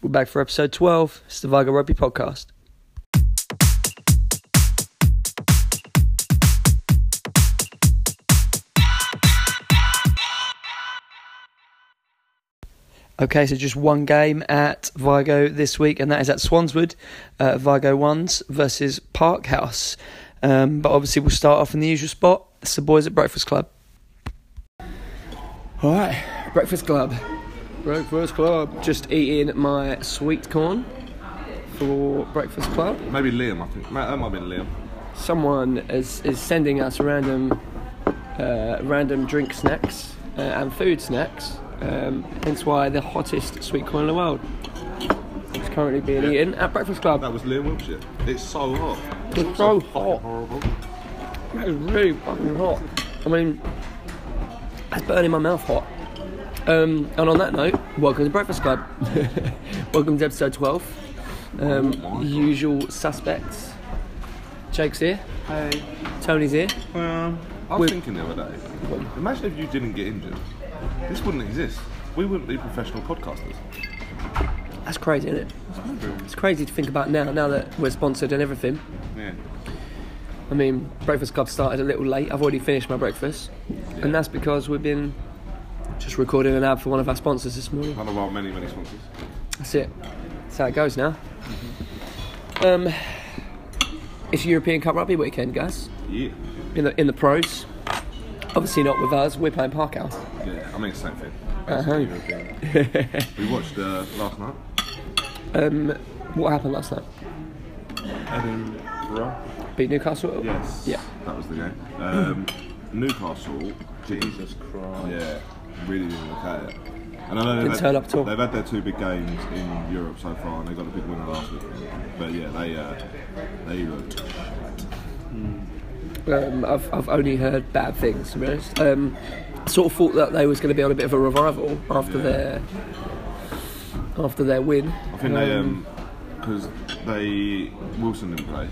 We're back for episode 12. It's the Vigo Rugby Podcast. Okay, so just one game at Vigo this week, and that is at Swanswood. Uh, Vigo Ones versus Parkhouse. Um, but obviously, we'll start off in the usual spot. It's the boys at Breakfast Club. All right, Breakfast Club. Breakfast Club. Just eating my sweet corn for Breakfast Club. Maybe Liam, I think. Ma- That might have been Liam. Someone is, is sending us random, uh, random drink snacks uh, and food snacks. Um, hence why the hottest sweet corn in the world is currently being eaten at Breakfast Club. That was Liam Wiltshire. It's so hot. It's so fucking hot. Horrible. That is really fucking hot. I mean, that's burning my mouth hot. Um, and on that note, welcome to Breakfast Club. welcome to episode 12. Um, Oh my God. usual suspects. Jake's here. Hey. Tony's here. Um, I was We've- thinking the other day. Imagine if you didn't get injured. This wouldn't exist. We wouldn't be professional podcasters. That's crazy, isn't it? It's crazy to think about now, now that we're sponsored and everything. Yeah. I mean, Breakfast Club started a little late. I've already finished my breakfast. And that's because we've been just recording an ad for one of our sponsors this morning. One of our many, many sponsors. That's it. That's how it goes now. Um, it's European Cup Rugby weekend, guys. Yeah. In the in the pros, obviously not with us. We're playing Parkhouse. Yeah. I mean, same thing. Uh-huh. we watched uh, last night. Um, what happened last night? Edinburgh. Beat Newcastle. Yes. Yeah. That was the game. Um, Newcastle. Jesus Christ. Yeah. Really didn't look at it. And I know they've, Didn't turn up at all. they've had their two big games in Europe so far, and they got a big win last week. But yeah, they uh, they looked. Um, I've I've only heard bad things. To be honest, um, sort of thought that they was going to be on a bit of a revival after Yeah. their after their win. I think they um because they Wilson didn't play.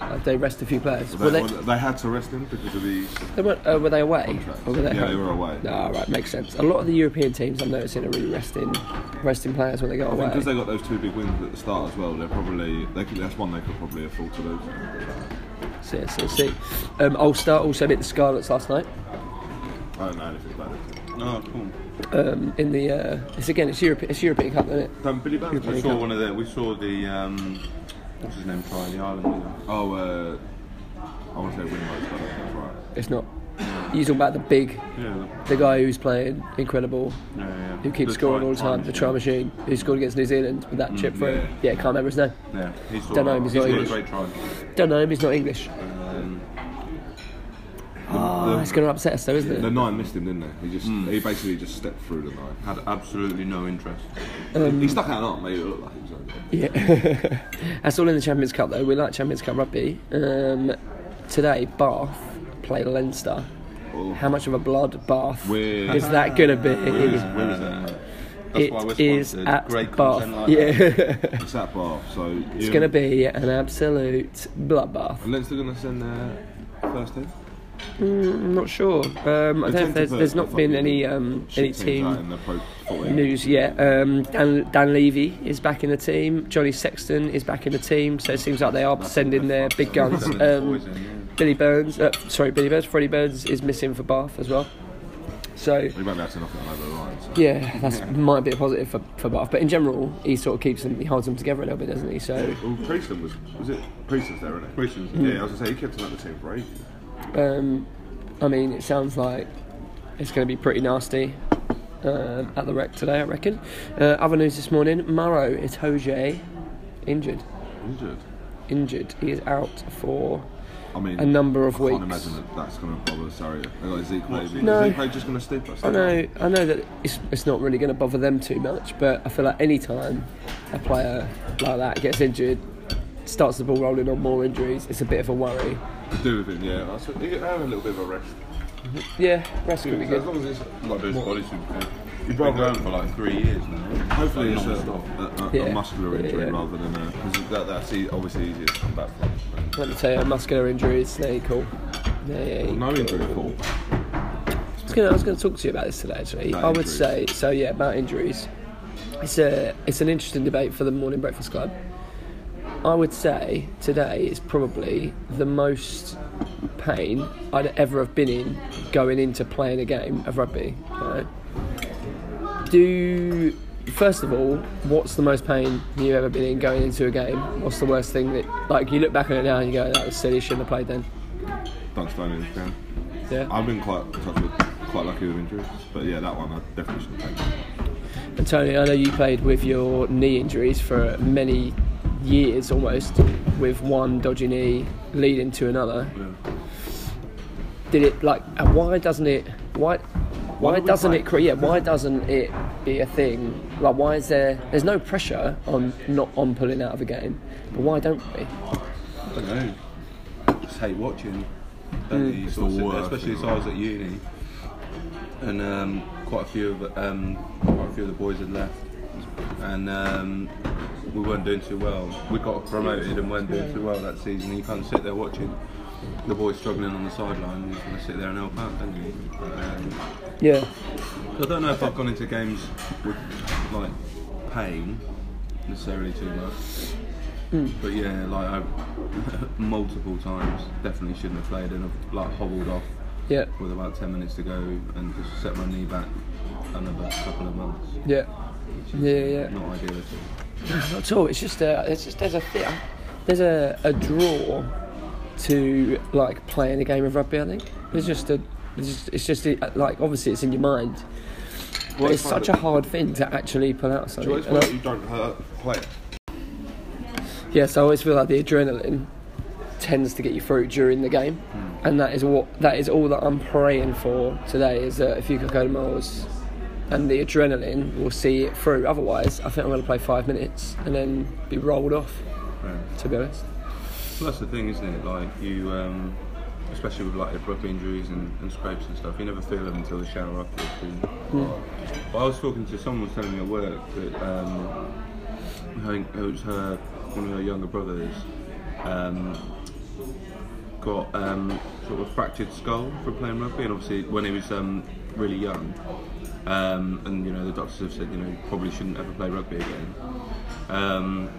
uh, they rest a few players. They, Were they, well, they had to rest him because of the. they weren't, uh, were they away? Or were they yeah, they home? were away. Ah, right, makes sense. A lot of the European teams I'm noticing are really resting, resting players when they go away. Because they got those two big wins at the start as well, they're probably they could, that's one they could probably afford to lose. See, see, see. Um, Ulster also beat the Scarlets last night. I don't know anything about it. No, cool. Um, in the uh, it's again it's Europe it's European Cup, isn't it? Don't Billy Bones Billy play? We saw one of the. We saw the. Um, what's his name? Try the island. You know? Oh, uh, I want to say Winrose, but that's right. It's not. You talk about the big, Yeah. the guy who's playing incredible, the- Yeah. yeah. who keeps The scoring try- all the time, the try machine, who scored against New Zealand with that chip through. Mm, yeah. Yeah, can't remember his name. Yeah. He's Don't know him, he's He's got not a English. great try. Don't know him. He's not English. Um, Ah, Hmm. it's going to upset us though, isn't The it? nine missed him, didn't they? He just he basically just stepped through the nine. had absolutely no interest. Um, he stuck out an arm, mate. It looked like he was over there. Yeah. That's all in the Champions Cup though. We like Champions Cup rugby. Um, today, Bath played Leinster. Oh. How much of a bloodbath We're- is that going to be? Where is, where is that? That's why we're It is sponsored. at great Bath. content like yeah, that. It's at Bath, so it's going to be an absolute bloodbath. And Leinster going to send their first team. I'm not sure. Um, I They don't. tend to There's, put there's not the been fucking any um, Shit any teams out team in the pro footwear. news yet. Um, Dan, Dan Levy is back in the team. Johnny Sexton is back in the team. So it seems like they are sending their big guns. Send the boys Um, in, yeah. Billy Burns, uh, sorry, Billy Burns, Freddie Burns is missing for Bath as well. So We won't be able to knock it over the line. So. yeah, that's might be a positive for, for Bath. But in general, he sort of keeps them, he holds them together a little bit, doesn't he? So Well, Prieston was was it Prieston's there, isn't it? Christians. Yeah, I was gonna say he kept him at the team for ages. Um, I mean, it sounds like it's going to be pretty nasty um, at the wreck today, I reckon. Uh, other news this morning Maro Itoje injured. Injured. Injured. He is out for. I mean, A number of I weeks. Can't imagine that that's going to bother Sarri. They got Zeke maybe. No. Is Zeke just going to stoop us? I know, I know that it's, it's not really going to bother them too much, but I feel like any time a player like that gets injured, starts the ball rolling on more injuries, it's a bit of a worry. Do with him, yeah. I said, he could have a little bit of a rest. Yeah, rest So could be as good. long as it's like Those more, bodies would be You'd been rather- going for like three years now. hopefully it's a, Non-stop. a, a, Yeah. a muscular injury Yeah. rather than a because that, that's e- obviously easier to come back from. Let me tell you, muscular injuries, they ain't cool. They ain't No injury at all. I was gonna- I was going to talk to you about this today, actually. About I would injuries. say so. Yeah, about injuries. It's a it's an interesting debate for the Morning Breakfast Club. I would say today is probably the most pain I'd ever have been in going into playing a game of rugby. right? Do first of all, what's the most pain you've ever been in going into a game? What's the worst thing that like you look back on it now and you go, that was silly, shouldn't have played then. Dunstone in the ground. Yeah. I've been quite touch wood, quite lucky with injuries, but yeah, that one I definitely should have taken. And Tony, I know you played with your knee injuries for many years almost, with one dodgy knee leading to another. Did it like? And why doesn't it? Why? Why, don't we doesn't play? it? cre- Yeah. Why doesn't it be a thing? Like, why is there? There's no pressure on not on pulling out of a game, but why don't we? I don't know. Just hate watching. Don't you? Hmm. It's Sort of the sit there, worst especially thing as I was at uni, and um, quite a few of um, quite a few of the boys had left, and um, we weren't doing too well. We got promoted and weren't doing too well that season. And you can't sit there watching the boys struggling on the sideline. You just want to sit there and help out, don't you? But, um, Yeah. I don't know if I've gone into games with like pain necessarily too much, Hmm. but yeah, like I multiple times definitely shouldn't have played and I've like hobbled off Yeah. with about ten minutes to go and just set my knee back another couple of months. Yeah. Yeah. Yeah. Not ideal at all. Not at all. It's just a. It's just there's a thi- there's a, a draw to like playing a game of rugby. I think there's just a. It's just, it's just uh, like obviously it's in your mind. But it's such a hard thing to actually pull out Do you something. always And feel like I- you don't hurt play? it? yes, I always feel like the adrenaline tends to get you through during the game, and that is what that is all that I'm praying for today. Is that if you could go to Miles, and the adrenaline will see it through. Otherwise, I think I'm going to play five minutes and then be rolled off. Yeah. To be honest. Well, that's the thing, isn't it? Like you, um, especially with like rugby injuries and, and scrapes and stuff, you never feel them until the shower afterwards. And, Hmm. But I was talking to someone was telling me at work that um, her, it was her one of her younger brothers um, got um, sort of a fractured skull from playing rugby, and obviously when he was um, really young. Um, and you know the doctors have said you know you probably shouldn't ever play rugby again. Um,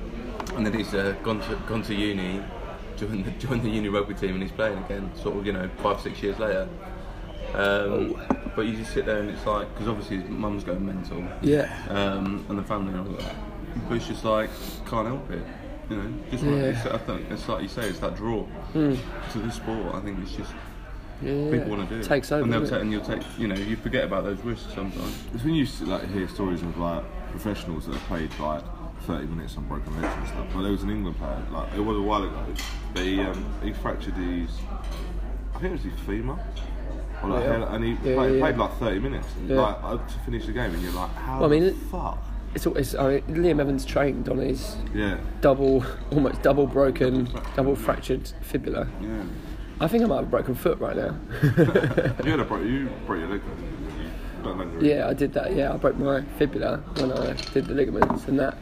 and then he's uh, gone to gone to uni, joined the joined the uni rugby team, and he's playing again. Sort of you know five six years later. Um, but you just sit there and it's like because obviously his mum's going mental Yeah. um, and the family and all that. But it's just like can't help it, you know. Just Yeah. Hmm. like, it's, I think it's like you say, it's that draw to the sport. I think it's just Yeah. people want to do it. Takes over. and they'll doesn't take, it? and you'll take, you know, you forget about those risks sometimes. It's when you s- like hear stories of like professionals that have played like 30 minutes on broken legs and stuff. But there was an England player, like it was a while ago, but he um, he fractured his, I think it was his femur. Or like, Yeah. hell- and he Yeah, played, yeah, played yeah. like 30 minutes and, Yeah. like uh, to finish the game, and you're like, how Well, I mean, the it- fuck? It's always I mean, Liam Evans trained on his Yeah, double, almost double broken, double fractured fibula. yeah. I think I might have a broken foot right now. You had a break, you broke your leg. didn't you? You don't know your- yeah, I did that. Yeah, I broke my fibula when I did the ligaments, and that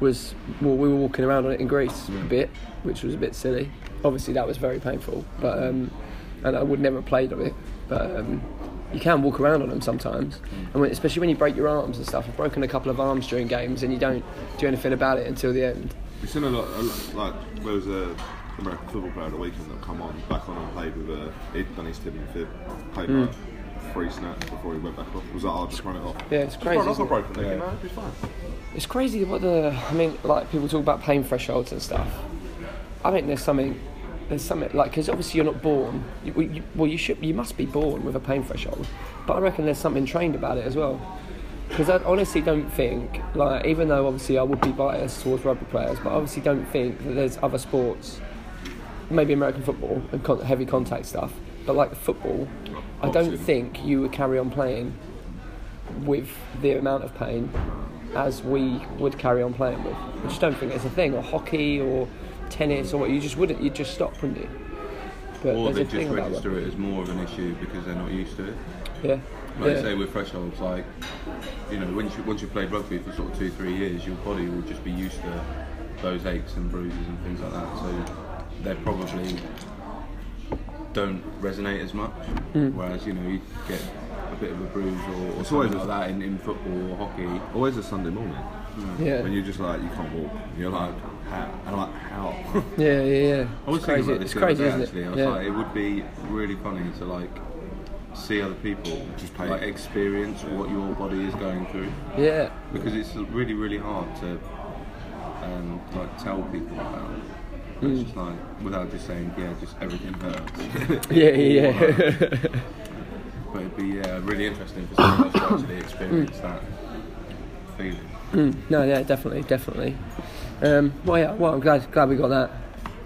was well, we were walking around on it in Greece a bit, which was a bit silly. Obviously, that was very painful, but um, and I would never have played on it, but. Um, you can walk around on them sometimes, and when, especially when you break your arms and stuff. I've broken a couple of arms during games, and you don't do anything about it until the end. We've seen a lot, a lot like there was a American football player at the weekend that come on back on and played with a he'd done his tibia fib, played Mm. like three snaps before he went back off. Was that I'll just run it off. Yeah, it's Just crazy, Run off isn't a it? broken leg, you know, it'd be fine. It's crazy what the I mean, like people talk about pain thresholds and stuff. I think there's something, there's something like because obviously you're not born. You, well, you, well, you should, you must be born with a pain threshold, but I reckon there's something trained about it as well. Because I honestly don't think, like, even though obviously I would be biased towards rugby players, but I obviously don't think that there's other sports, maybe American football and con- heavy contact stuff, but like football, I don't Boxing. think you would carry on playing with the amount of pain as we would carry on playing with. I just don't think it's a thing, or hockey, or tennis, or what. You just wouldn't. You'd just stop, wouldn't you? But Or they there's a just thing about register it as more of an issue because they're not used to it. Yeah. Like you say with thresholds, like you know, when you, once you've played rugby for sort of two, three years, your body will just be used to those aches and bruises and things like that. So they Hmm. probably don't resonate as much. Whereas you know, you get a bit of a bruise or, or It's something always like a- that in, in football or hockey. Always a Sunday morning Yeah. when you're just like you can't walk. You're like how? And I'm like how? Yeah, yeah, yeah. I was It's crazy. thinking about this It's the other crazy, day, isn't actually. I it? was Yeah. like, it would be really funny to like see other people Just play. like experience what your body is going through yeah. because it's really really hard to um, like tell people about. It's Hmm. just like without just saying yeah, just everything hurts. Yeah, yeah, All yeah. hurts. but it'd be yeah, really interesting for someone else to actually Hmm. experience that feeling. No, yeah, definitely, definitely. Um, well, yeah, well, I'm glad, glad we got that,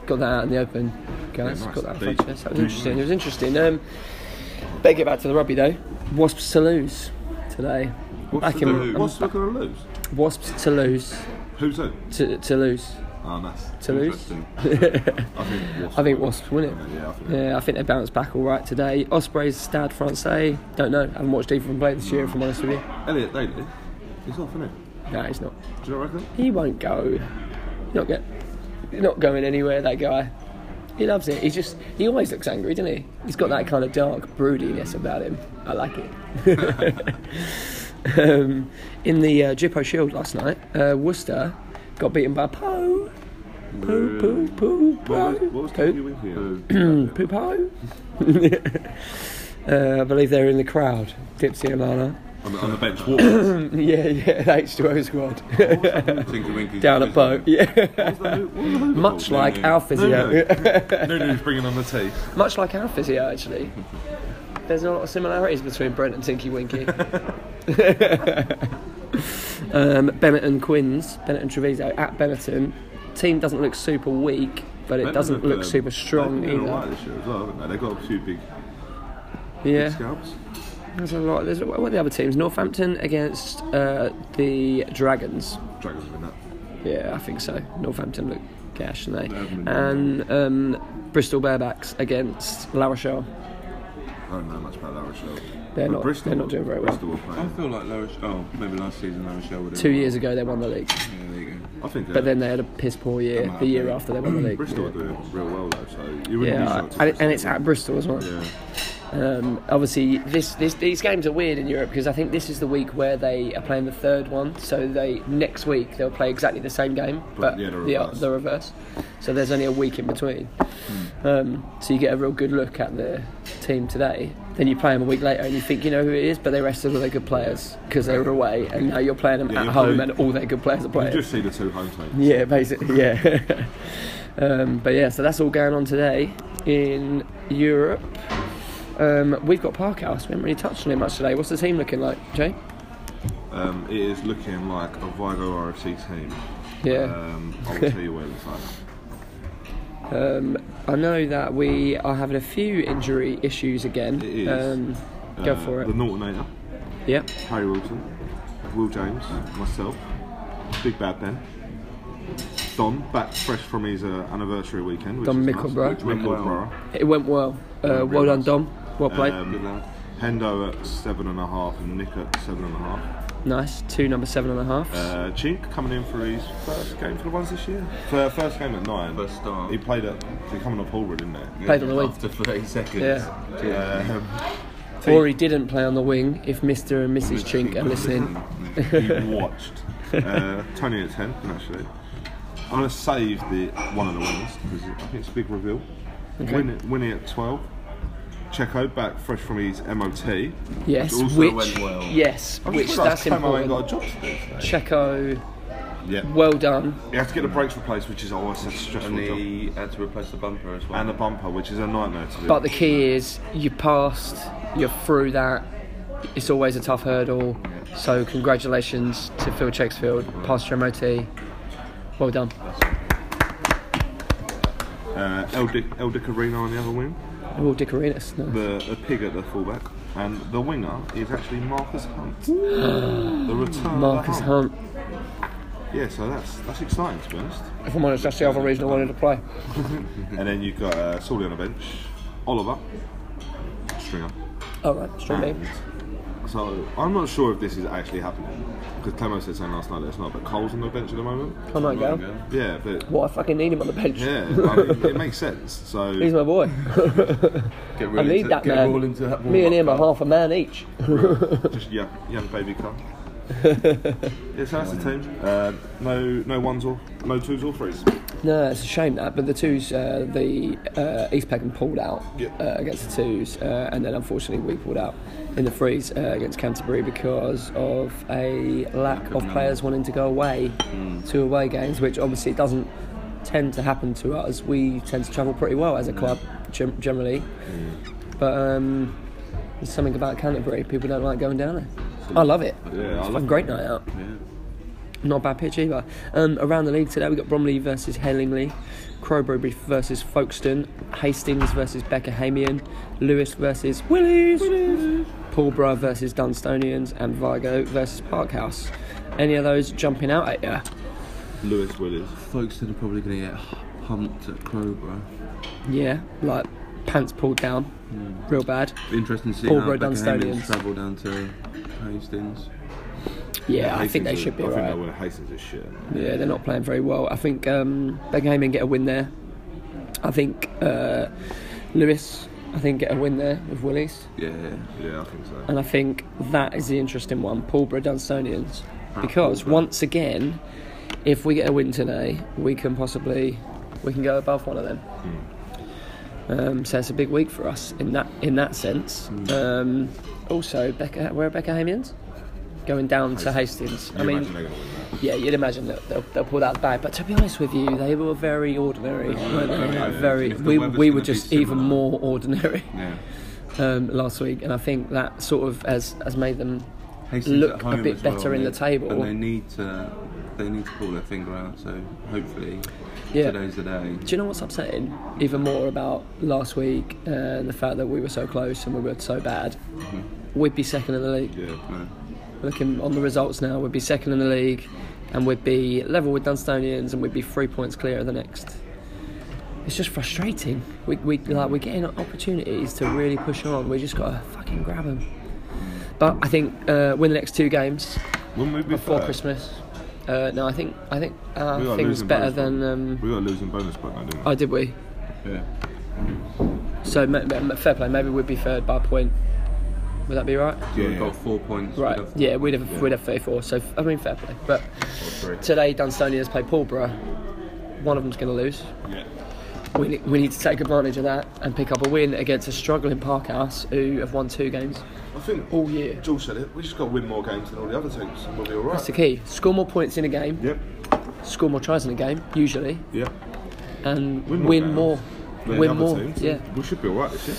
got that out in the open, guys. nice. Got that. Deep. Deep. That was interesting. It was interesting. Um, better get back to the rugby though. Wasps to lose today. What's back the, in, what's we're gonna lose? Wasps to lose. Who's who? To, to lose. Oh, that's To lose? interesting. I think Wasps. Ah, I think Wasps win it. Yeah, I think. Yeah, I think they bounced back all right today. Ospreys, Stade Francais. Don't know. haven't watched either of them play this year, if I'm honest with you. Elliot Daly, he's off, isn't it? No, he's not. Do you not reckon? He won't go. Not get. Not going anywhere. That guy. He loves it. He's just. He always looks angry, doesn't he? He's got that kind of dark broodiness about him. I like it. um, in the uh, Jippo Shield last night, uh, Worcester got beaten by Poe. Poo poo poo What was, poo. what was Poo. you in here? Poopo. uh, I believe they're in the crowd. Dipsy and Lana. on, the, on the bench. What Yeah, yeah, the H2O squad. Tinker Winky Down at Bow. Yeah. was the, who- what was the who Much called? like no. our physio. No, Nunu's bringing on the tea. Much like our physio, actually. There's a lot of similarities between Brent and Tinky Winky. um, Bennett and Quinns, Bennett and Treviso at Benetton. Team doesn't look super weak, but it doesn't look super strong um, They've been either. alright this year as well, haven't they? They've got a few big, big Yeah. scalps. There's a lot. There's what are the other teams? Northampton against uh, the Dragons. Dragons win that. Yeah, I think so. Northampton look gash, and they and um, Bristol Bearbacks against La Rochelle. I don't know much about La Rochelle. They're But not- Bristol, they're not doing very well. Bristol were playing. I feel like La Rochelle, oh, maybe last season La Rochelle would have Two years ago they won the league, Yeah, there you go. I think. Uh, but then they had a piss poor year the year after they won the league. Bristol are doing real well though, so you wouldn't be Yeah, shocked. if and, Bristol- and it's at Bristol as well. Yeah. Um, obviously, this, this these games are weird in Europe because I think this is the week where they are playing the third one. So they next week they'll play exactly the same game, but, But, yeah, the reverse. the reverse. So there's only a week in between. Hmm. Um, so you get a real good look at the team today. Then you play them a week later, and you think you know who it is, but they rested all their good players because they were away, and now you're playing them Yeah, at you're home, probably- and all their good players are playing. You just see the two home teams. Yeah, basically, yeah. um, but yeah, so that's all going on today in Europe. Um, we've got Parkhouse. We haven't really touched on it much today. What's the team looking like, Jay? Um, it is looking like a Vigo RFC team. Yeah. Um, I'll tell you what it looks like. Um, I know that we are having a few injury issues again. It is. Um, go Uh, for The it. Nortonator, Yep. Harry Wilson, Will James, myself, Big Bad Ben, Don, back fresh from his uh, anniversary weekend. Which Don is Mickleborough. Nice. Mickleborough. It went well. Uh, well done, Dom. Well played. Um, Good lad. Hendo at seven and a half and Nick at seven and a half. nice. Two number seven and a half. Uh, Chink coming in for his first game for the ones this year. For first game at nine. First start. He played at. He coming off Hallwood, didn't he? Played on the wing. After 30 seconds. Yeah. Um, or he didn't play on the wing if Mr. and Mrs. Chink are listening. you watched. Uh, Tony at 10, actually. I'm going to save the one of the winners because I think it's a big reveal. Win, Winnie at 12. Checo back fresh from his MOT. Yes, also which went well. yes, I which just realised that's Oh, Camo ain't important. got a job to do today. Checo, Yeah. well done. You have to get the brakes replaced, which is always a stressful And job. he had to replace the bumper as well. And the bumper, which is a nightmare to do. But the key is you passed, you're through that. It's always a tough hurdle. So congratulations to Phil Chexfield, passed your MOT. Well done. uh, El, Di- El Dicarino on the other wing. Oh, Dick Arenas. No. The, the pig at the fullback. And the winger is actually Marcus Hunt. the return Marcus of the Hunt. Yeah, so that's that's exciting to be honest. If I'm honest, that's the other reason I wanted to play. And then you've got uh, Sully on the bench, Oliver, Stringer, All right, strong name. and So I'm not sure if this is actually happening because Clemo said something last night that it's not. But Cole's on the bench at the moment. I might go. Yeah. Yeah, but What I fucking need him on the bench. yeah, I mean, it makes sense. So He's my boy. Get I really need into, that get man. Raul into that Me and him are warm-up half a man each. just young, young baby car. yeah, so that's the team. Uh, no, no ones or no twos or threes. No, it's a shame that. But the twos, uh, the uh, East Peckham pulled out Yeah. uh, against the twos, uh, and then unfortunately we pulled out in the threes uh, against Canterbury because of a lack of players wanting to go away to away games, which obviously doesn't tend to happen to us. We tend to travel pretty well as a club gem- generally, but um, there's something about Canterbury. People don't like going down there. I love it. Yeah, I it's a love great night out. Not a bad pitch either. Um, around the league today, we got Bromley versus Hellingly, Crowbury versus Folkestone, Hastings versus Beckerhamian, Lewis versus Willies, Paulborough versus Dunstonians, and Vigo versus Parkhouse. Any of those jumping out at you? Lewis Willis. Folks that are probably going to get humped at Crowborough. Yeah, like pants pulled down, Hmm. real bad. Be Interesting to see Paul how Broad Beckhamians Dunstonians. travel down to Hastings. Yeah, I think they Hastings should be are- I alright. think they Hastings is shit. Yeah, they're not playing very well. I think um, Beckham get a win there. I think uh, Lewis, I think get a win there with Willies. Yeah. Yeah, I think so. And I think that is the interesting one, Paulborough Dunstonians. Because once again, if we get a win today, we can possibly we can go above one of them. Um, so it's a big week for us in that in that sense. Mm. Um, also, Becca, where are Becca Hamians? Going down to Hastings. I You mean, imagine they're gonna win that. yeah, you'd imagine that they'll, they'll pull that back. But to be honest with you, they were very ordinary. weren't they? yeah. Very, If the we, weather's we were gonna be just even similar. more ordinary Yeah. um, last week, and I think that sort of has, has made them Hastings Look at a home bit as well, better in the they- table. And they need to they need to pull their finger out. So hopefully Yeah. today's the day. Do you know what's upsetting even more about last week and the fact that we were so close and we were so bad? We'd be second in the league. Yeah. No. Looking on the results now, we'd be second in the league and we'd be level with Dunstonians and we'd be three points clear of the next. It's just frustrating. We, we, like, we're getting opportunities to really push on. We just got to fucking grab them. But I think uh, win the next two games When we be before fair, Christmas. Uh, no, I think I think we our gotta lose thing's in better bonus point. than. Um, we got a losing bonus point now, didn't we? oh, did we? Yeah. So ma- ma- fair play. Maybe we'd be third by a point. Would that be right? So Yeah, we've yeah. got four points. Right. we'd have- Yeah, we'd have we'd have 34. So I mean, fair play. But three. today, Dunstonians play Paulborough. One of them's going to lose. yeah. We need, we need to take advantage of that and pick up a win against a struggling Parkhouse who have won two games. I think all year. Joel said it. We just got to win more games than all the other teams. and We'll be all right. That's the key. Score more points in a game. Yep. Score more tries in a game usually, Yep. and Win win, more games more. Than the Win other more. teams. Yeah. We should be all right this year.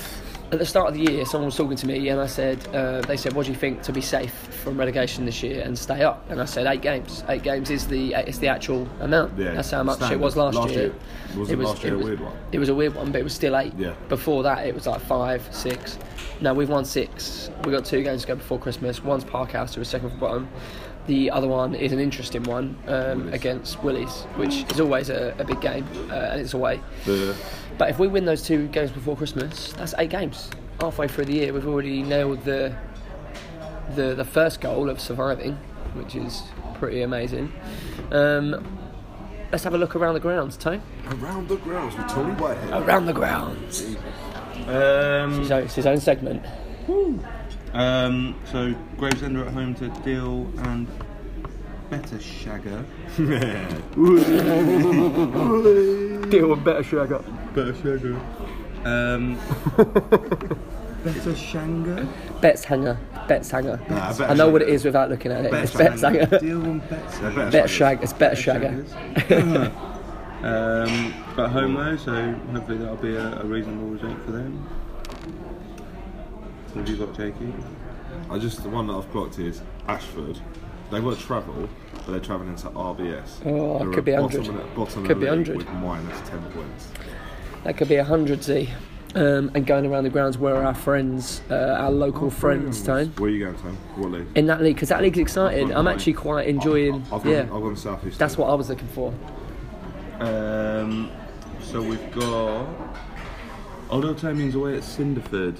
At the start of the year, someone was talking to me, and I said, uh, "They said, what do you think to be safe from relegation this year and stay up?" And I said, eight games. Eight games is the it's the actual amount. Yeah, That's how much it standard. was last, Last year. year- wasn't last year a weird one? It was a weird one, but it was still eight. Yeah. Before that, it was like five, six. Now we've won six. We got two games to go before Christmas. One's Parkhouse, who was second from bottom. The other one is an interesting one um, against Willies, which is always a, a big game, uh, and it's away. The But if we win those two games before Christmas, that's eight games. Halfway through the year, we've already nailed the the, the first goal of surviving, which is pretty amazing. Um, let's have a look around the grounds, Tony. around the grounds with Tony Whitehead. Around the grounds. Um, So it's his own segment. um, so Gravesend are at home to Deal and Better Shagger. Deal with better shagger. Better Shagger. Um, Better Shagger. Bets hanger. Bets hanger. Nah, Betts I know what it Hanger. is without looking at it. it's Better bets hanger. Deal and Better. They're better Bet strikers. shag. It's better shagger. um, but home though, so hopefully that'll be a, a reasonable result for them. What have you got, Jakey? I just the one that I've clocked is Ashford. They were travel, but they're travelling into RBS. Oh, They're could at be bottom 100. of the- Bottom of Could the be league 100. With minus ten points. That could be a hundred Z. Um, and going around the grounds where our friends, uh, our local friends, Tone. Where are you going, Tom? What league? In that league, because that league's exciting. I'm actually quite enjoying. I've gone, yeah, I've gone southeast. that's what I was looking for. Um, so we've got Old Old Timings away at Cinderford.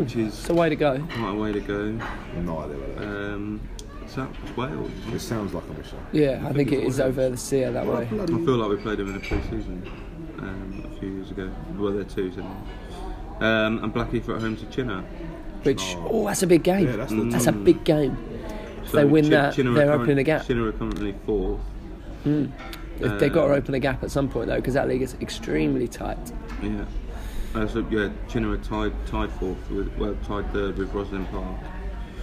which is It's a way to go. quite a way to go. No idea what that is. Um, is that Wales? It sounds like a mission. Oh, Yeah, I think it is over the sea that way. I feel like we played them in the pre-season um, a few years ago. Well, they're twos, isn't it? Um, and Blackheath are at home to Chinner. Which oh, that's a big game. Yeah, that's the that's a big game. If they win that, Chinner are they're current- opening the gap. Chinner are currently fourth. If They've got to open a gap at some point though, because that league is extremely tight. Yeah. Uh, so yeah, Chinner are tied tied fourth with well tied third with Roslyn Park.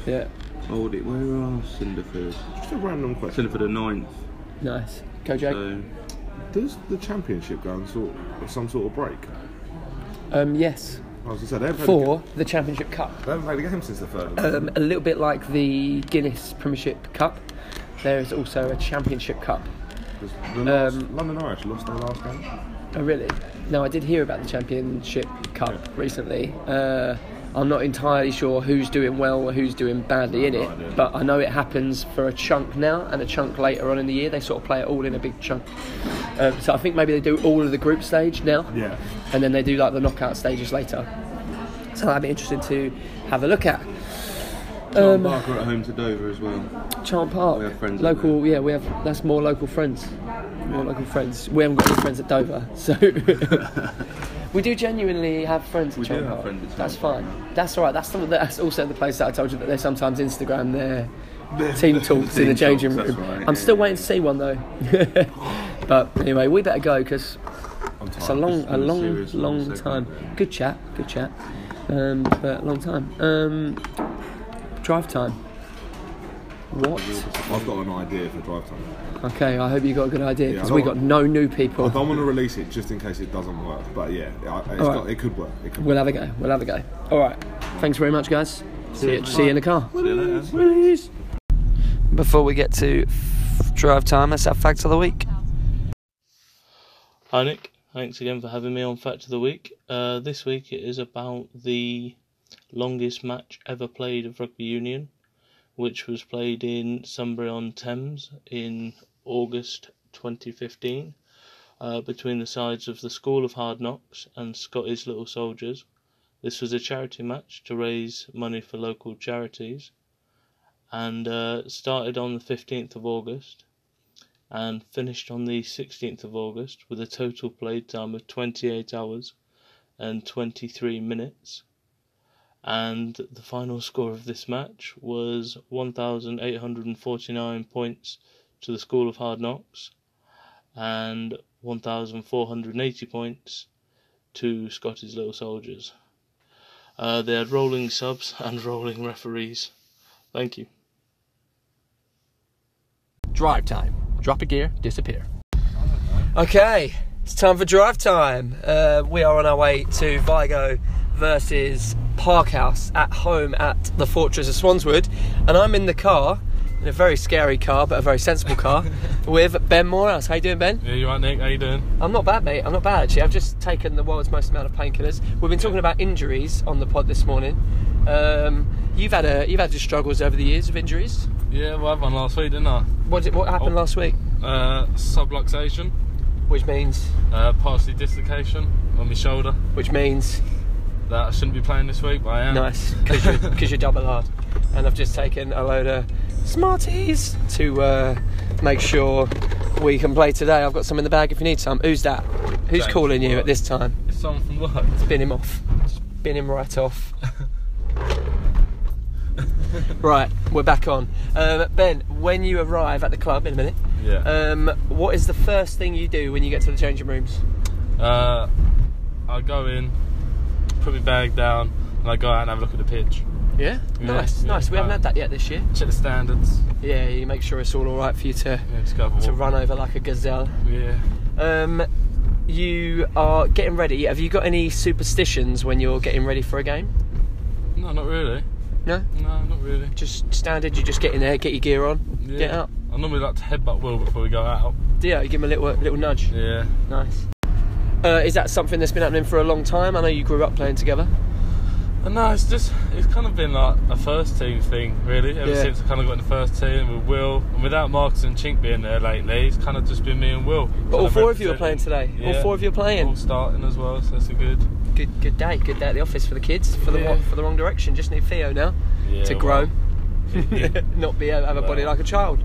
Yeah, Hold it. Where are Cinderford? Just a random question. Cinderford are ninth. nice. Go Jake. So Does the championship go on sort of some sort of break? um, yes, As I said, they haven't played a for the Championship Cup. ga- They haven't played a game since the third. Um, a little bit like the Guinness Premiership Cup, there is also a Championship Cup. Because the last, um, London Irish lost their last game. Oh, really? No, I did hear about the Championship Cup recently. Uh, I'm not entirely sure who's doing well or who's doing badly in No it, idea. but I know it happens for a chunk now and a chunk later on in the year. They sort of play it all in a big chunk. Um, so I think maybe they do all of the group stage now, Yeah. and then they do like the knockout stages later. So that'd be interesting to have a look at. John Barker at home to Dover as well. Charm Park. We have friends up local, yeah, we have. That's more local friends. More local friends. We haven't got any friends at Dover, so we do genuinely have friends. We at do Charm have Park. friends at Charm That's Park, fine. That's all right. That's the, that's also the place that I told you that they sometimes Instagram their team talks in the Team changing talks, room. that's right, yeah, I'm still yeah, waiting to see one though. but anyway, we better go because I'm tired. it's a long, Oh, It's been a a long, serious long long segment time. there. Good chat. Good chat. Um, but a long time. Um, drive time. What? I've got an idea for drive time. Okay, I hope you got a good idea Yeah, I because don't we got want- no new I people. don't want to release it just in case it doesn't work. But yeah, I- it's All right. got, it could work. It could We'll have a go. We'll have a go. All right. Thanks very much, guys. See you, mate. see you in the car. See you later. Before we get to drive time, let's have facts of the week. Hi Nick, thanks again for having me on Fact of the Week. Uh, this week it is about the longest match ever played of rugby union, which was played in Sunbury on Thames in August 2015 uh, between the sides of the School of Hard Knocks and Scottish Little Soldiers. This was a charity match to raise money for local charities and uh, started on the 15th of August and finished on the 16th of August with a total play time of 28 hours and 23 minutes. And the final score of this match was 1,849 points to the School of Hard Knocks and 1,480 points to Scottish Little Soldiers. Uh, they had rolling subs and rolling referees. Thank you. Drive time. Drop a gear, disappear. Okay, it's time for drive time. Uh, we are on our way to Vigo versus Parkhouse at home at the Fortress of Swanswood, and I'm in the car, in a very scary car, but a very sensible car, with Ben Morehouse. How you doing, Ben? Yeah, you right, Nick? How you doing? I'm not bad, mate. I'm not bad actually. I've just taken the world's most amount of painkillers. We've been talking about injuries on the pod this morning. Um, you've had a you've had your struggles over the years of injuries. Yeah, well, I had one last week, didn't I? What did, what happened Oh. last week? Uh, subluxation, Which means uh, partially dislocation on my shoulder. which means That I shouldn't be playing this week, but I am. nice because you're, 'cause you're double hard. And I've just taken a load of Smarties to uh, make sure we can play today. I've got some in the bag if you need some. Who's that? Who's James calling you Wright. at this time? It's someone from work. Spin him off. Spin him right off. right, we're back on. Um, ben, when you arrive at the club in a minute, Yeah. um, what is the first thing you do when you get to the changing rooms? Uh, I go in, put my bag down, and I go out and have a look at the pitch. Yeah, Yeah, nice, yeah, Uh, nice. We haven't right. had that yet this year. Check the standards. Yeah, you make sure it's all all right for you to Yeah, just go have a to walk. run over like a gazelle. Yeah. Um, you are getting ready. Have you got any superstitions when you're getting ready for a game? No, not really. No, No, not really. just standard. You just get in there, get your gear on, Yeah. get out. I normally like to headbutt Will before we go out. Yeah, you give him a little little nudge. Yeah. Nice. Uh, is that something that's been happening for a long time? I know you grew up playing together. And no, it's just it's kind of been like a first team thing, really. Ever Yeah. since I kind of got in the first team with Will, and without Marcus and Chink being there lately, it's kind of just been me and Will. But all Kind four of you are playing representing. today. All four of you are playing. All starting as well, so that's a good. good good day, good day at the office for the kids. For the Yeah. wa- for the wrong direction. Just need Theo now Yeah, to well, grow, not be a, have a body No. like a child.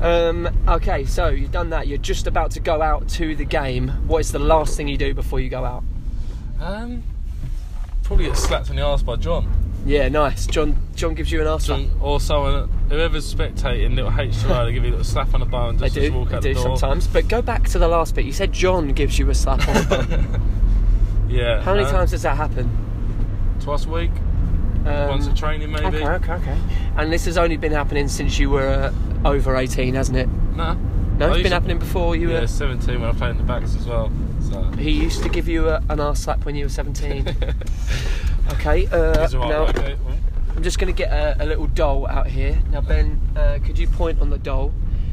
um, okay, so you've done that. You're just about to go out to the game. What is the last thing you do before you go out? Um, probably get slapped in the arse by John. Yeah, nice. John John gives you an arse. slap. John or someone, whoever's spectating, little H2O, they give you a little slap on the bum and They just, as you do, walk they out do the door. sometimes. But go back to the last bit. You said John gives you a slap on the bum. Yeah. How many um, times does that happen? Twice a week. Um, once a training maybe. Okay, okay, okay. And this has only been happening since you were uh, over 18, hasn't it? Nah. I No, it's used been to- happening before you Oh, Yeah, were. 17 when I played in the backs as well. So. He used to give you a, an arse slap when you were 17. okay, uh, He's all right, now okay, Oh, well. I'm just going to get a, a little doll out here. Now, Ben, uh, could you point on the doll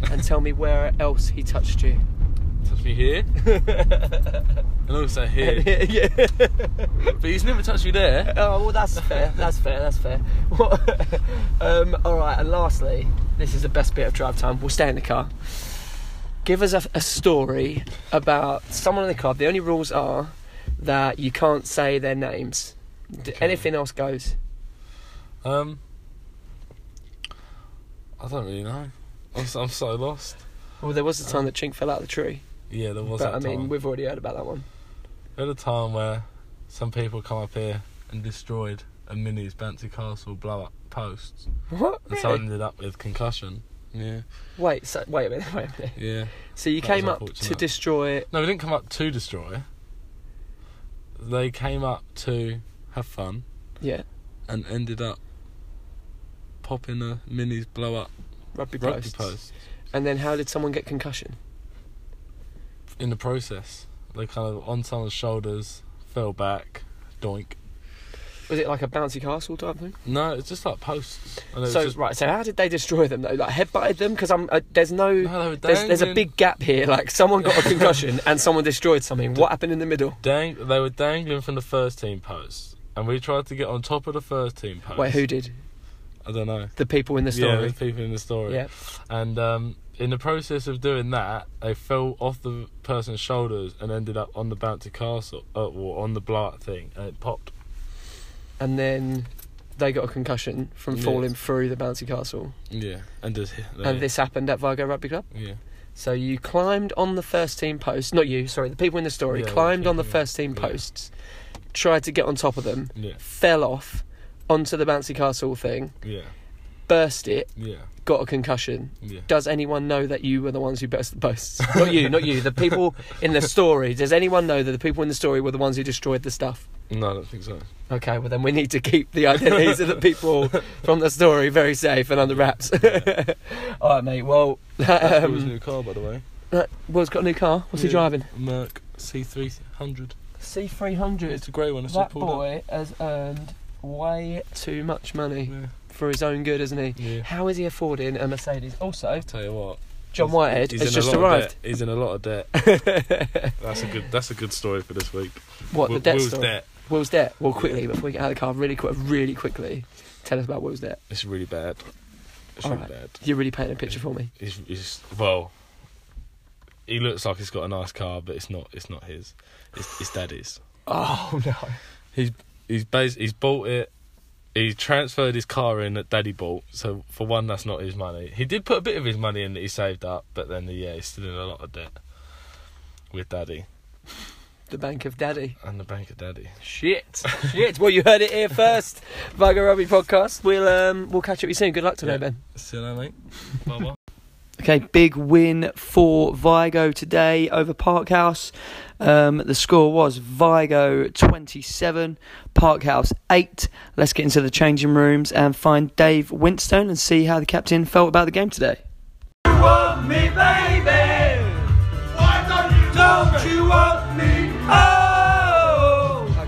and tell me where else he touched you? Touched me here. and also here. yeah. but he's never touched me there. Oh, well, that's fair. That's fair. That's fair. What- um, all right, and lastly, this is the best bit of drive time. We'll stay in the car. Give us a, a story about someone in the club. The only rules are that you can't say their names. D Anything else goes. Um, I don't really know. I'm so, I'm so lost. Well, there was a time that Chink fell out of the tree, Yeah, there was but that I mean, time. we've already heard about that one. There was a time where some people come up here and destroyed a mini's Banty Castle blow up posts, What? and Really? someone ended up with concussion. Yeah, Wait, so, wait a minute. Wait a minute. yeah. So you That came was up to unfortunate. destroy. No, we didn't come up to destroy. They came up to have fun Yeah, and ended up popping a mini's blow up rugby, rugby posts. post And then, how did someone get concussion? in the process. They kind of on someone's shoulders, fell back, doink. Was it like a bouncy castle type thing? No, it's just like posts. And it's So just, right, so how did they destroy them though? Like headbutted them because I'm uh, there's no, No, they were there's, there's a dangling. big gap here. Like someone got a concussion and someone destroyed something. What happened in the middle? dang, they were dangling from the first team posts, and we tried to get on top of the first team post. Wait, who did? I don't know. The people in the Yeah, story. there's people in the story. Yeah. And um, in the process of doing that, they fell off the person's shoulders and ended up on the bouncy castle uh, or on the blart thing, and it popped. And then they got a concussion from Yeah. falling through the bouncy castle. Yeah, and just hit. And this happened at Vargo Rugby Club. Yeah. So you climbed on the first team post. Not you, sorry. The people in the story Yeah, the climbed on the people, first team yeah. posts, tried to get on top of them, Yeah. fell off onto the bouncy castle thing, Yeah. burst it, Yeah. got a concussion. Yeah. Does anyone know that you were the ones who burst the posts? not you, not you. The people in the story. Does anyone know that the people in the story were the ones who destroyed the stuff? No, I don't think so. Okay, well then we need to keep the identities of the people from the story very safe and under wraps. All right, mate. Well, That's his um, new car, by the way. that- Will's got a new car. What's he Yeah. driving? Merc C300. C three It's hundred. the grey one. It's That all pulled up. boy has earned way too much money Yeah. for his own good, isn't he? yeah. How is he affording a Mercedes? Also, Tell you what, John he's- Whitehead he's has in a just lot of arrived. debt. He's in a lot of debt. That's a good. That's a good story for this week. What the Will- debt Will's story? debt. Will's debt. Well, quickly before we get out of the car, really quick, really quickly, tell us about Will's debt. It's really bad. It's All really right. bad. You're really painting a picture for me. He's, he's well. He looks like he's got a nice car, but it's not. It's not his. It's, it's daddy's. Oh no! He's he's bas- he's bought it. He transferred his car in that Daddy bought. So for one, that's not his money. He did put a bit of his money in that he saved up, but then yeah, he's still in a lot of debt with Daddy The bank of daddy. and the bank of Daddy. Shit, shit. Well, you heard it here first. Vago Robbie podcast. We'll um, we'll catch up with you soon. Good luck today, Yeah. Ben. See you later, mate. Bye bye. Okay, big win for Vigo today over Parkhouse. Um, the score was Vigo 27, Parkhouse 8. Let's get into the changing rooms and find Dave Winstone and see how the captain felt about the game today.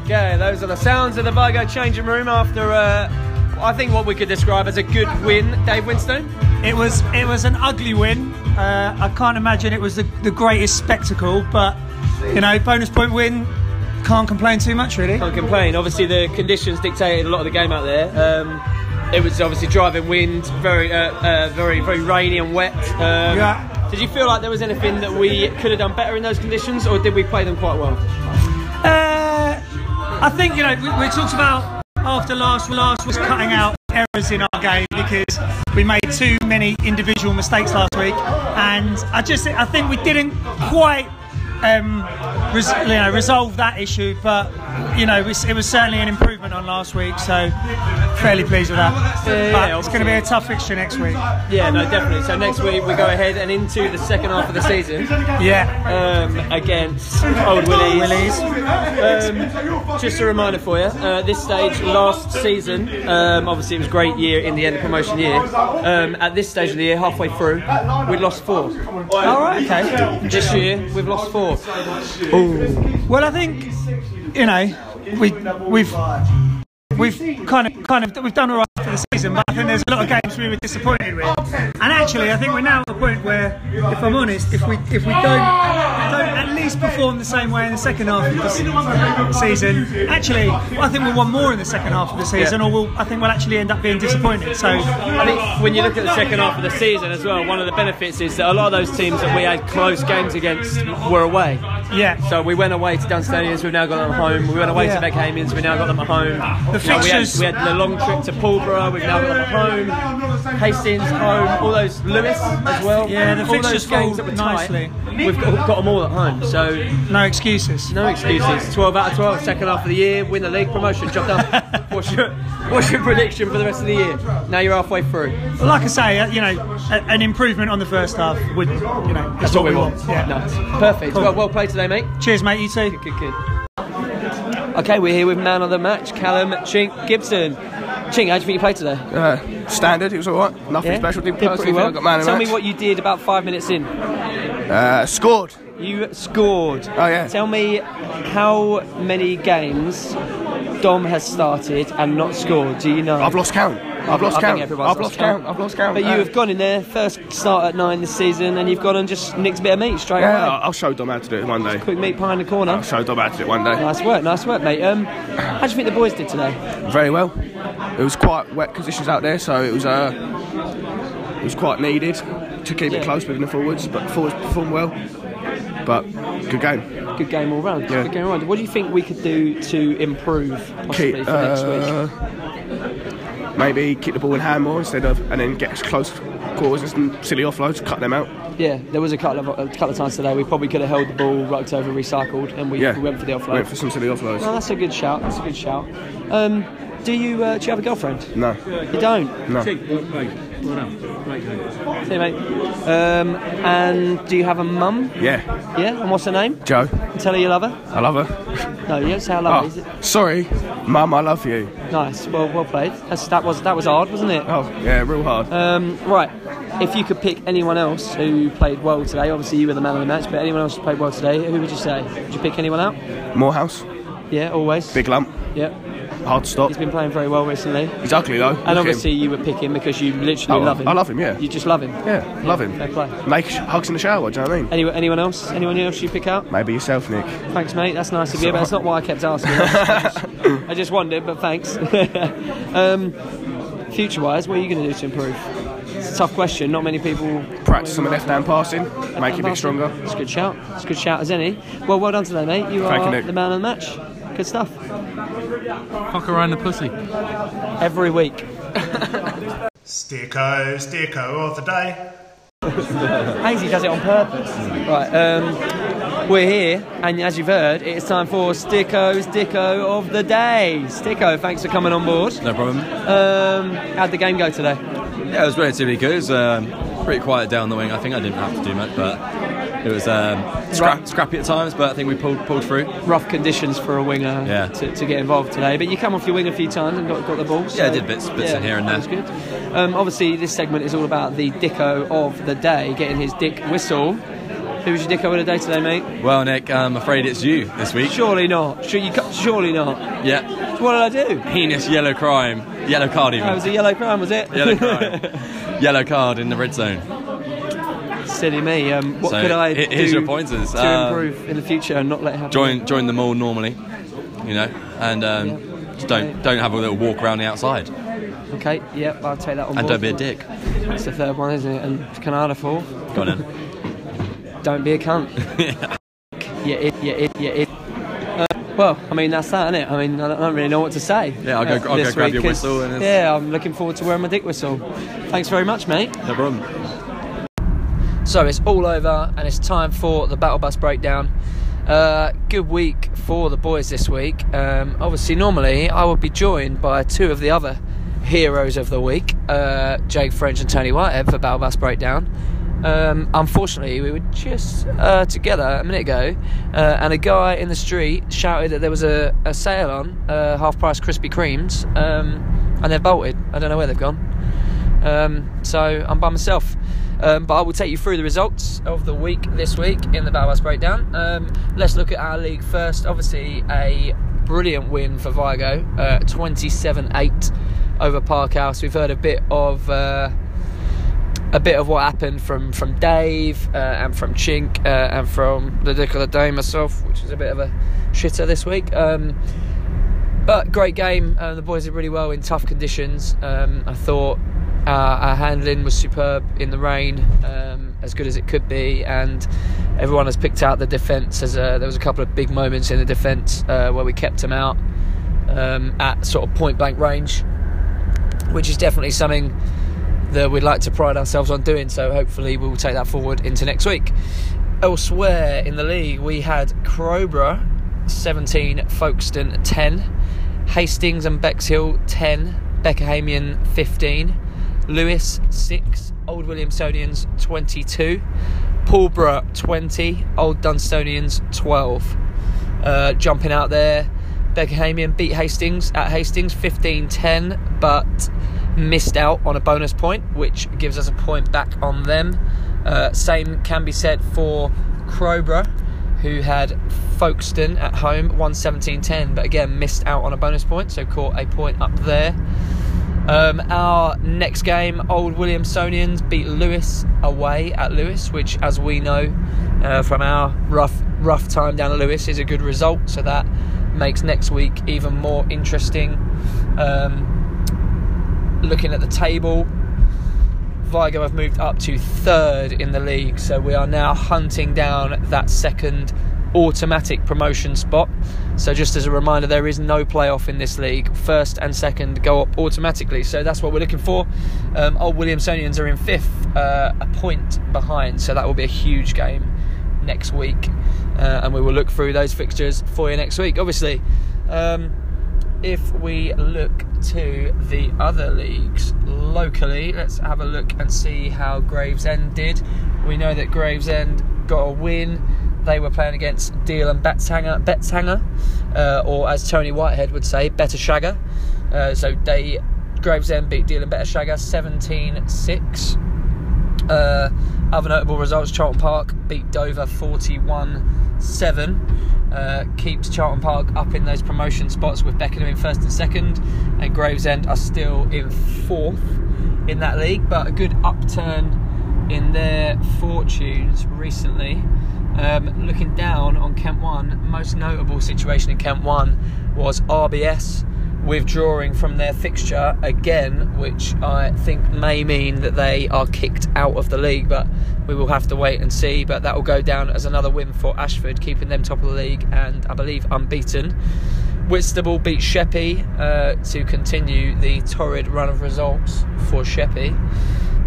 Okay, those are the sounds of the Vigo changing room after, uh, I think, what we could describe as a good win, Dave Winstone. It was it was an ugly win. Uh, I can't imagine it was the, the greatest spectacle, but you know, bonus point win. Can't complain too much, really. can't complain. Obviously, the conditions dictated a lot of the game out there. Um, it was obviously driving wind, very, uh, uh, very, very rainy and wet. Um, Yeah. Did you feel like there was anything that we could have done better in those conditions, or did we play them quite well? Uh, I think you know we, we talked about after last last was cutting out errors in our game because we made too many individual mistakes last week, and I just I think we didn't quite um, res, you know, resolve that issue, but you know it was, it was certainly an improvement on last week, so fairly pleased with that. Yeah, but yeah, it's going to be a tough fixture next week. Yeah, no, definitely. So next week we go ahead and into the second half of the season Yeah, um, against Old Willies. Um, just a reminder for you, uh, this stage last season, um, obviously it was a great year in the end of promotion year. Um, at this stage of the year, halfway through, we lost four. all right, okay. This year we've lost four. Well, I think you know we we've we've kind of kind of we've done all right for the season, but I think there's a lot of games we were disappointed with. And actually, I think we're now at a point where, if I'm honest, if we if we don't don't at least perform the same way in the second half of the se- season, actually, I think we'll want more in the second half of the season, Yeah. or we'll, I think we'll actually end up being disappointed. So I think when you look at the second half of the season as well, one of the benefits is that a lot of those teams that we had close games against were away. yeah. So we went away to Dunstanians, we've now got them home. We went away Yeah. to Beckhamians, we've now got them at home. The You know, we had- fixtures- we, had, the long trip to Pulborough, we've now got them at home. Hastings, home, all those, Lewis as well. Yeah, the all those fixtures games that fall were nicely. tight. We've got, got them all at home, so No excuses. no excuses. 12 out of 12, second half of the year, win the league, promotion, job done. what's, your, what's your prediction for the rest of the year? Now you're halfway through. Well, like I say, uh, you know, a- an improvement on the first half would, you know, That's what we want. Yeah. Nice. Perfect. Cool. Well, well played today, mate. Cheers, mate. You too. Good, good. Okay, we're here with man of the match, Callum Chink Gibson. Chink, how do you think you played today? Uh, standard, it was alright. Nothing special. Didn't personally pretty think I got man of the Tell me match. what you did about five minutes in. Uh, scored. You scored. Oh, yeah. Tell me how many games Dom has started and not scored. Do you know? I've lost count. I've lost I think count. I've everyone's lost, count. I've lost count. But you Uh, have gone in there first start at nine this season, and you've gone and just nicked a bit of meat straight Yeah, Uh, away. I'll I'll show Dom how to do it one day. Quick meat pie in the corner. I'll show Dom how to do it one day. Nice work, nice work, mate. Um, how do you think the boys did today? Very well. It was quite wet conditions out there, so it was uh, it was quite needed to keep Yeah. it close moving the forwards. But forwards performed well. But good game. Good game all round. Yeah. Good game all round. What do you think we could do to improve possibly Keep, for next week? uh, Maybe keep the ball in hand more instead of, and then get as close quarters and silly offloads, cut them out. Yeah, there was a couple of a couple of times today we probably could have held the ball, rucked over, recycled, and we, Yeah. we went for the offload. Went for some silly offloads. No, that's a good shout. That's a good shout. Um, do you uh, do you have a girlfriend? No. You don't. No. See, mate. Um, and do you have a mum? Yeah. Yeah. And what's her name? Joe, Tell her you love her. I love her. No, you don't say how Oh, lovely. Is it? sorry, Mum, I love you. Nice. Well, well played. That's, that was that was hard, wasn't it? Oh, yeah, real hard. Um, right. If you could pick anyone else who played well today, obviously you were the man of the match, but anyone else who played well today, who would you say? Would you pick anyone out? Morehouse, Yeah, always. big lump, Yeah, hard stop. he's been playing very well recently. He's ugly though. Look at And obviously him. you would pick him because you literally Oh, love him. I love him, yeah. You just love him. yeah, love him. Fair play. Make sh- hugs in the shower. Do you know what I mean? Anyone, anyone else? Anyone else you pick out? Maybe yourself, Nick. Thanks, mate. That's nice of you, but that's not why I kept asking. I just, I just wondered, but thanks. um, future-wise, what are you going to do to improve? It's a tough question. Not many people Practice some left-hand passing, make you a bit stronger. It's a good shout. It's a good shout as any. Well, well done today, mate. You Thank you, are Nick. the man of the match. Good stuff. Fuck around the pussy. Every week. Sticko, sticko of the day. Hazy does it on purpose. Right, um, we're here, and as you've heard, it's time for Sticko's Dicko of the Day. Sticko, thanks for coming on board. No problem. Um, how'd the game go today? Yeah, it was relatively good. It was um, pretty quiet down the wing. I think I didn't have to do much, but it was um, scra- Right. scrappy at times. But I think we pulled pulled through. Rough conditions for a winger Yeah. to, to get involved today, but you come off your wing a few times and got, got the ball. so- I did bits- bits in here and that there. was good. Um, obviously, this segment is all about the Dicko of the Day, getting his dick whistle. Who was your Dicko of the Day today, mate? Well, Nick, I'm afraid it's you this week. Surely not. Sure, you ca- surely not. Yeah, What did I do? heinous yellow crime, yellow card even. That was a yellow crown, was Oh, it? Yellow card. Yellow card in the red zone. Silly me. Um, what So, could I he- do here's your pointers. to Um, improve in the future and not let it happen? Join join the mall normally, you know, and um, Yeah. just don't don't have a little walk around the outside, Okay, yep, I'll take that on and board. don't be a dick. That's the third one, isn't it? And Canada four. Go on then. Don't be a cunt. yeah, it, yeah, it, yeah, it. Uh, Well, I mean, that's that, innit? I mean, I don't- I don't really know what to say. Yeah, I'll go- uh, I'll go this grab week. your It's- whistle and it's- Yeah, I'm looking forward to wearing my dick whistle. Thanks very much, mate. No problem. So it's all over, and it's time for the Battle Bus breakdown. Uh, good week for the boys this week. Um, obviously, normally I would be joined by two of the other heroes of the week, uh, Jake French and Tony Whitehead for Battle Bus breakdown. Um, unfortunately, we were just uh, together a minute ago, uh, and a guy in the street shouted that there was a, a sale on uh, half price Krispy Kremes, um, and they've bolted. I don't know where they've gone. Um, so I'm by myself. Um, but I will take you through the results of the week this week in the Battle House Breakdown. Um, let's look at our league first. Obviously, a brilliant win for Vigo, 27 8 over Parkhouse. We've heard a bit of. Uh, a bit of what happened from from Dave uh, and from Chink uh, and from the Dick of the Day myself, which is a bit of a shitter this week. Um, but great game. Uh, the boys did really well in tough conditions. Um, I thought uh, our handling was superb in the rain, um, as good as it could be, and everyone has picked out the defence. As a, there was a couple of big moments in the defence uh, where we kept them out um, at sort of point blank range, which is definitely something that we'd like to pride ourselves on doing. So hopefully we'll take that forward into next week. Elsewhere in the league, we had Crowborough 17, Folkestone 10, Hastings and Bexhill 10, Beckerhamian 15, Lewis 6, Old William Sonians 22, Paulborough 20, Old Dunstonians 12. Uh, jumping out there, Beckerhamian beat Hastings at Hastings 15 10, but missed out on a bonus point, which gives us a point back on them. Uh, same can be said for Crowborough, who had Folkestone at home 117 10, but again missed out on a bonus point, so caught a point up there. Um, our next game, Old Williamsonians beat Lewis away at Lewis, which, as we know uh, from our rough rough time down at Lewis, is a good result. So that makes next week even more interesting. Um, looking at the table, Vigo have moved up to third in the league, so we are now hunting down that second automatic promotion spot. So, just as a reminder, there is no playoff in this league. First and second go up automatically, so that's what we're looking for. Um, Old Williamsonians are in fifth, uh, a point behind, so that will be a huge game next week, uh, and we will look through those fixtures for you next week, obviously. Um, if we look to the other leagues locally, let's have a look and see how Gravesend did. We know that Gravesend got a win. They were playing against Deal and Betshanger, Betshanger, uh, or as Tony Whitehead would say, Better Shagger. Uh, so they Gravesend beat Deal and Better Shagger 17-6. Uh, other notable results: Charlton Park beat Dover 41-7. Uh, keeps Charlton Park up in those promotion spots with Beckenham in first and second, and Gravesend are still in fourth in that league. But a good upturn in their fortunes recently. Um, looking down on Kent One, most notable situation in Kent One was RBS withdrawing from their fixture again, which I think may mean that they are kicked out of the league, but we will have to wait and see. But that will go down as another win for Ashford, keeping them top of the league and I believe unbeaten. Whitstable beat Sheppey uh, to continue the torrid run of results for Sheppey.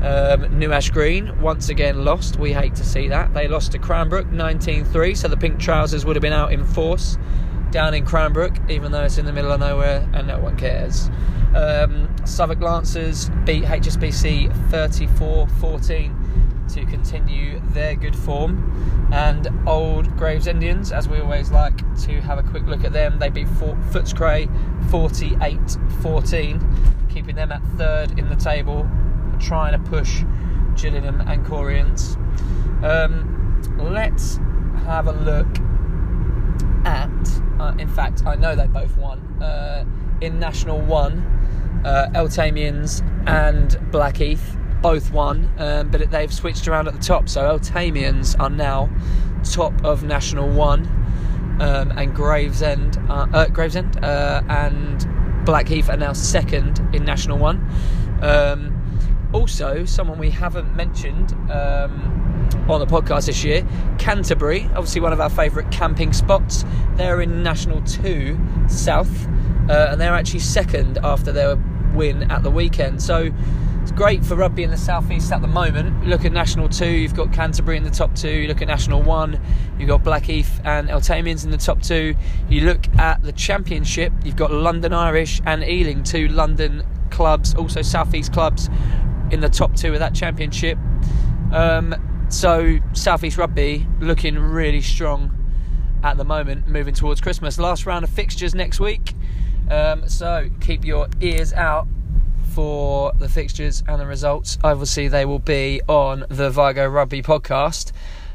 Um, New Ash Green once again lost. We hate to see that. They lost to Cranbrook 19 3, so the pink trousers would have been out in force down in Cranbrook, even though it's in the middle of nowhere and no one cares. Um, Southwark Lancers beat HSBC 34 14 to continue their good form. And Old Graves Indians, as we always like to have a quick look at them, they beat Fort Footscray 48 14, keeping them at third in the table, trying to push Gillingham and Corians. Um, let's have a look at, uh, in fact, I know they both won uh, in National One. Uh, Eltamians and Blackheath both won, um, but they've switched around at the top. So Eltamians are now top of National One, um, and Gravesend, uh, uh, Gravesend, uh, and Blackheath are now second in National One. Um, also, someone we haven't mentioned. Um, on the podcast this year. Canterbury, obviously one of our favourite camping spots. They're in National 2 South, uh, and they're actually second after their win at the weekend. So it's great for rugby in the southeast at the moment. You look at National 2, you've got Canterbury in the top 2, you look at National 1, you've got Blackheath and Eltamians in the top 2. You look at the Championship, you've got London Irish and Ealing, two London clubs, also southeast clubs in the top 2 of that championship. Um, so Southeast Rugby looking really strong at the moment, moving towards Christmas. Last round of fixtures next week. Um, so keep your ears out for the fixtures and the results. Obviously, they will be on the Vigo Rugby podcast.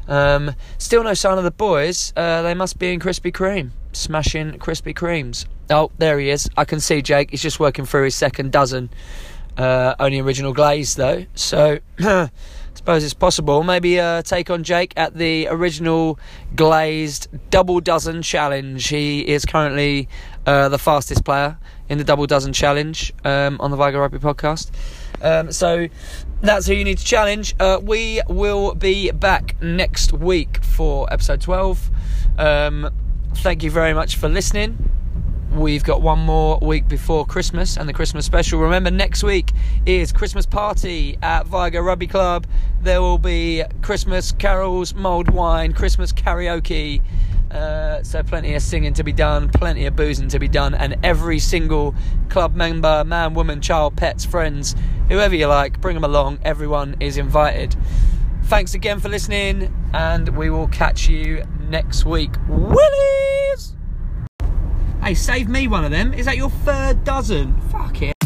Um, still no sign of the boys. Uh, they must be in Krispy Kreme, smashing Krispy Kremes. Oh, there he is. I can see Jake. He's just working through his second dozen. Uh, only original glaze though, so I suppose it's possible. Maybe uh, take on Jake at the original glazed double dozen challenge. He is currently uh, the fastest player in the double dozen challenge um, on the Vigo Rugby podcast. Um, so that's who you need to challenge. Uh, we will be back next week for episode 12. Um, thank you very much for listening. We've got one more week before Christmas and the Christmas special. Remember, next week is Christmas party at Vigo Rugby Club. There will be Christmas carols, mulled wine, Christmas karaoke. Uh, so plenty of singing to be done, plenty of boozing to be done, and every single club member, man, woman, child, pets, friends, whoever you like, bring them along. Everyone is invited. Thanks again for listening, and we will catch you next week. Willies! Hey, save me one of them. Is that your third dozen? Fuck it.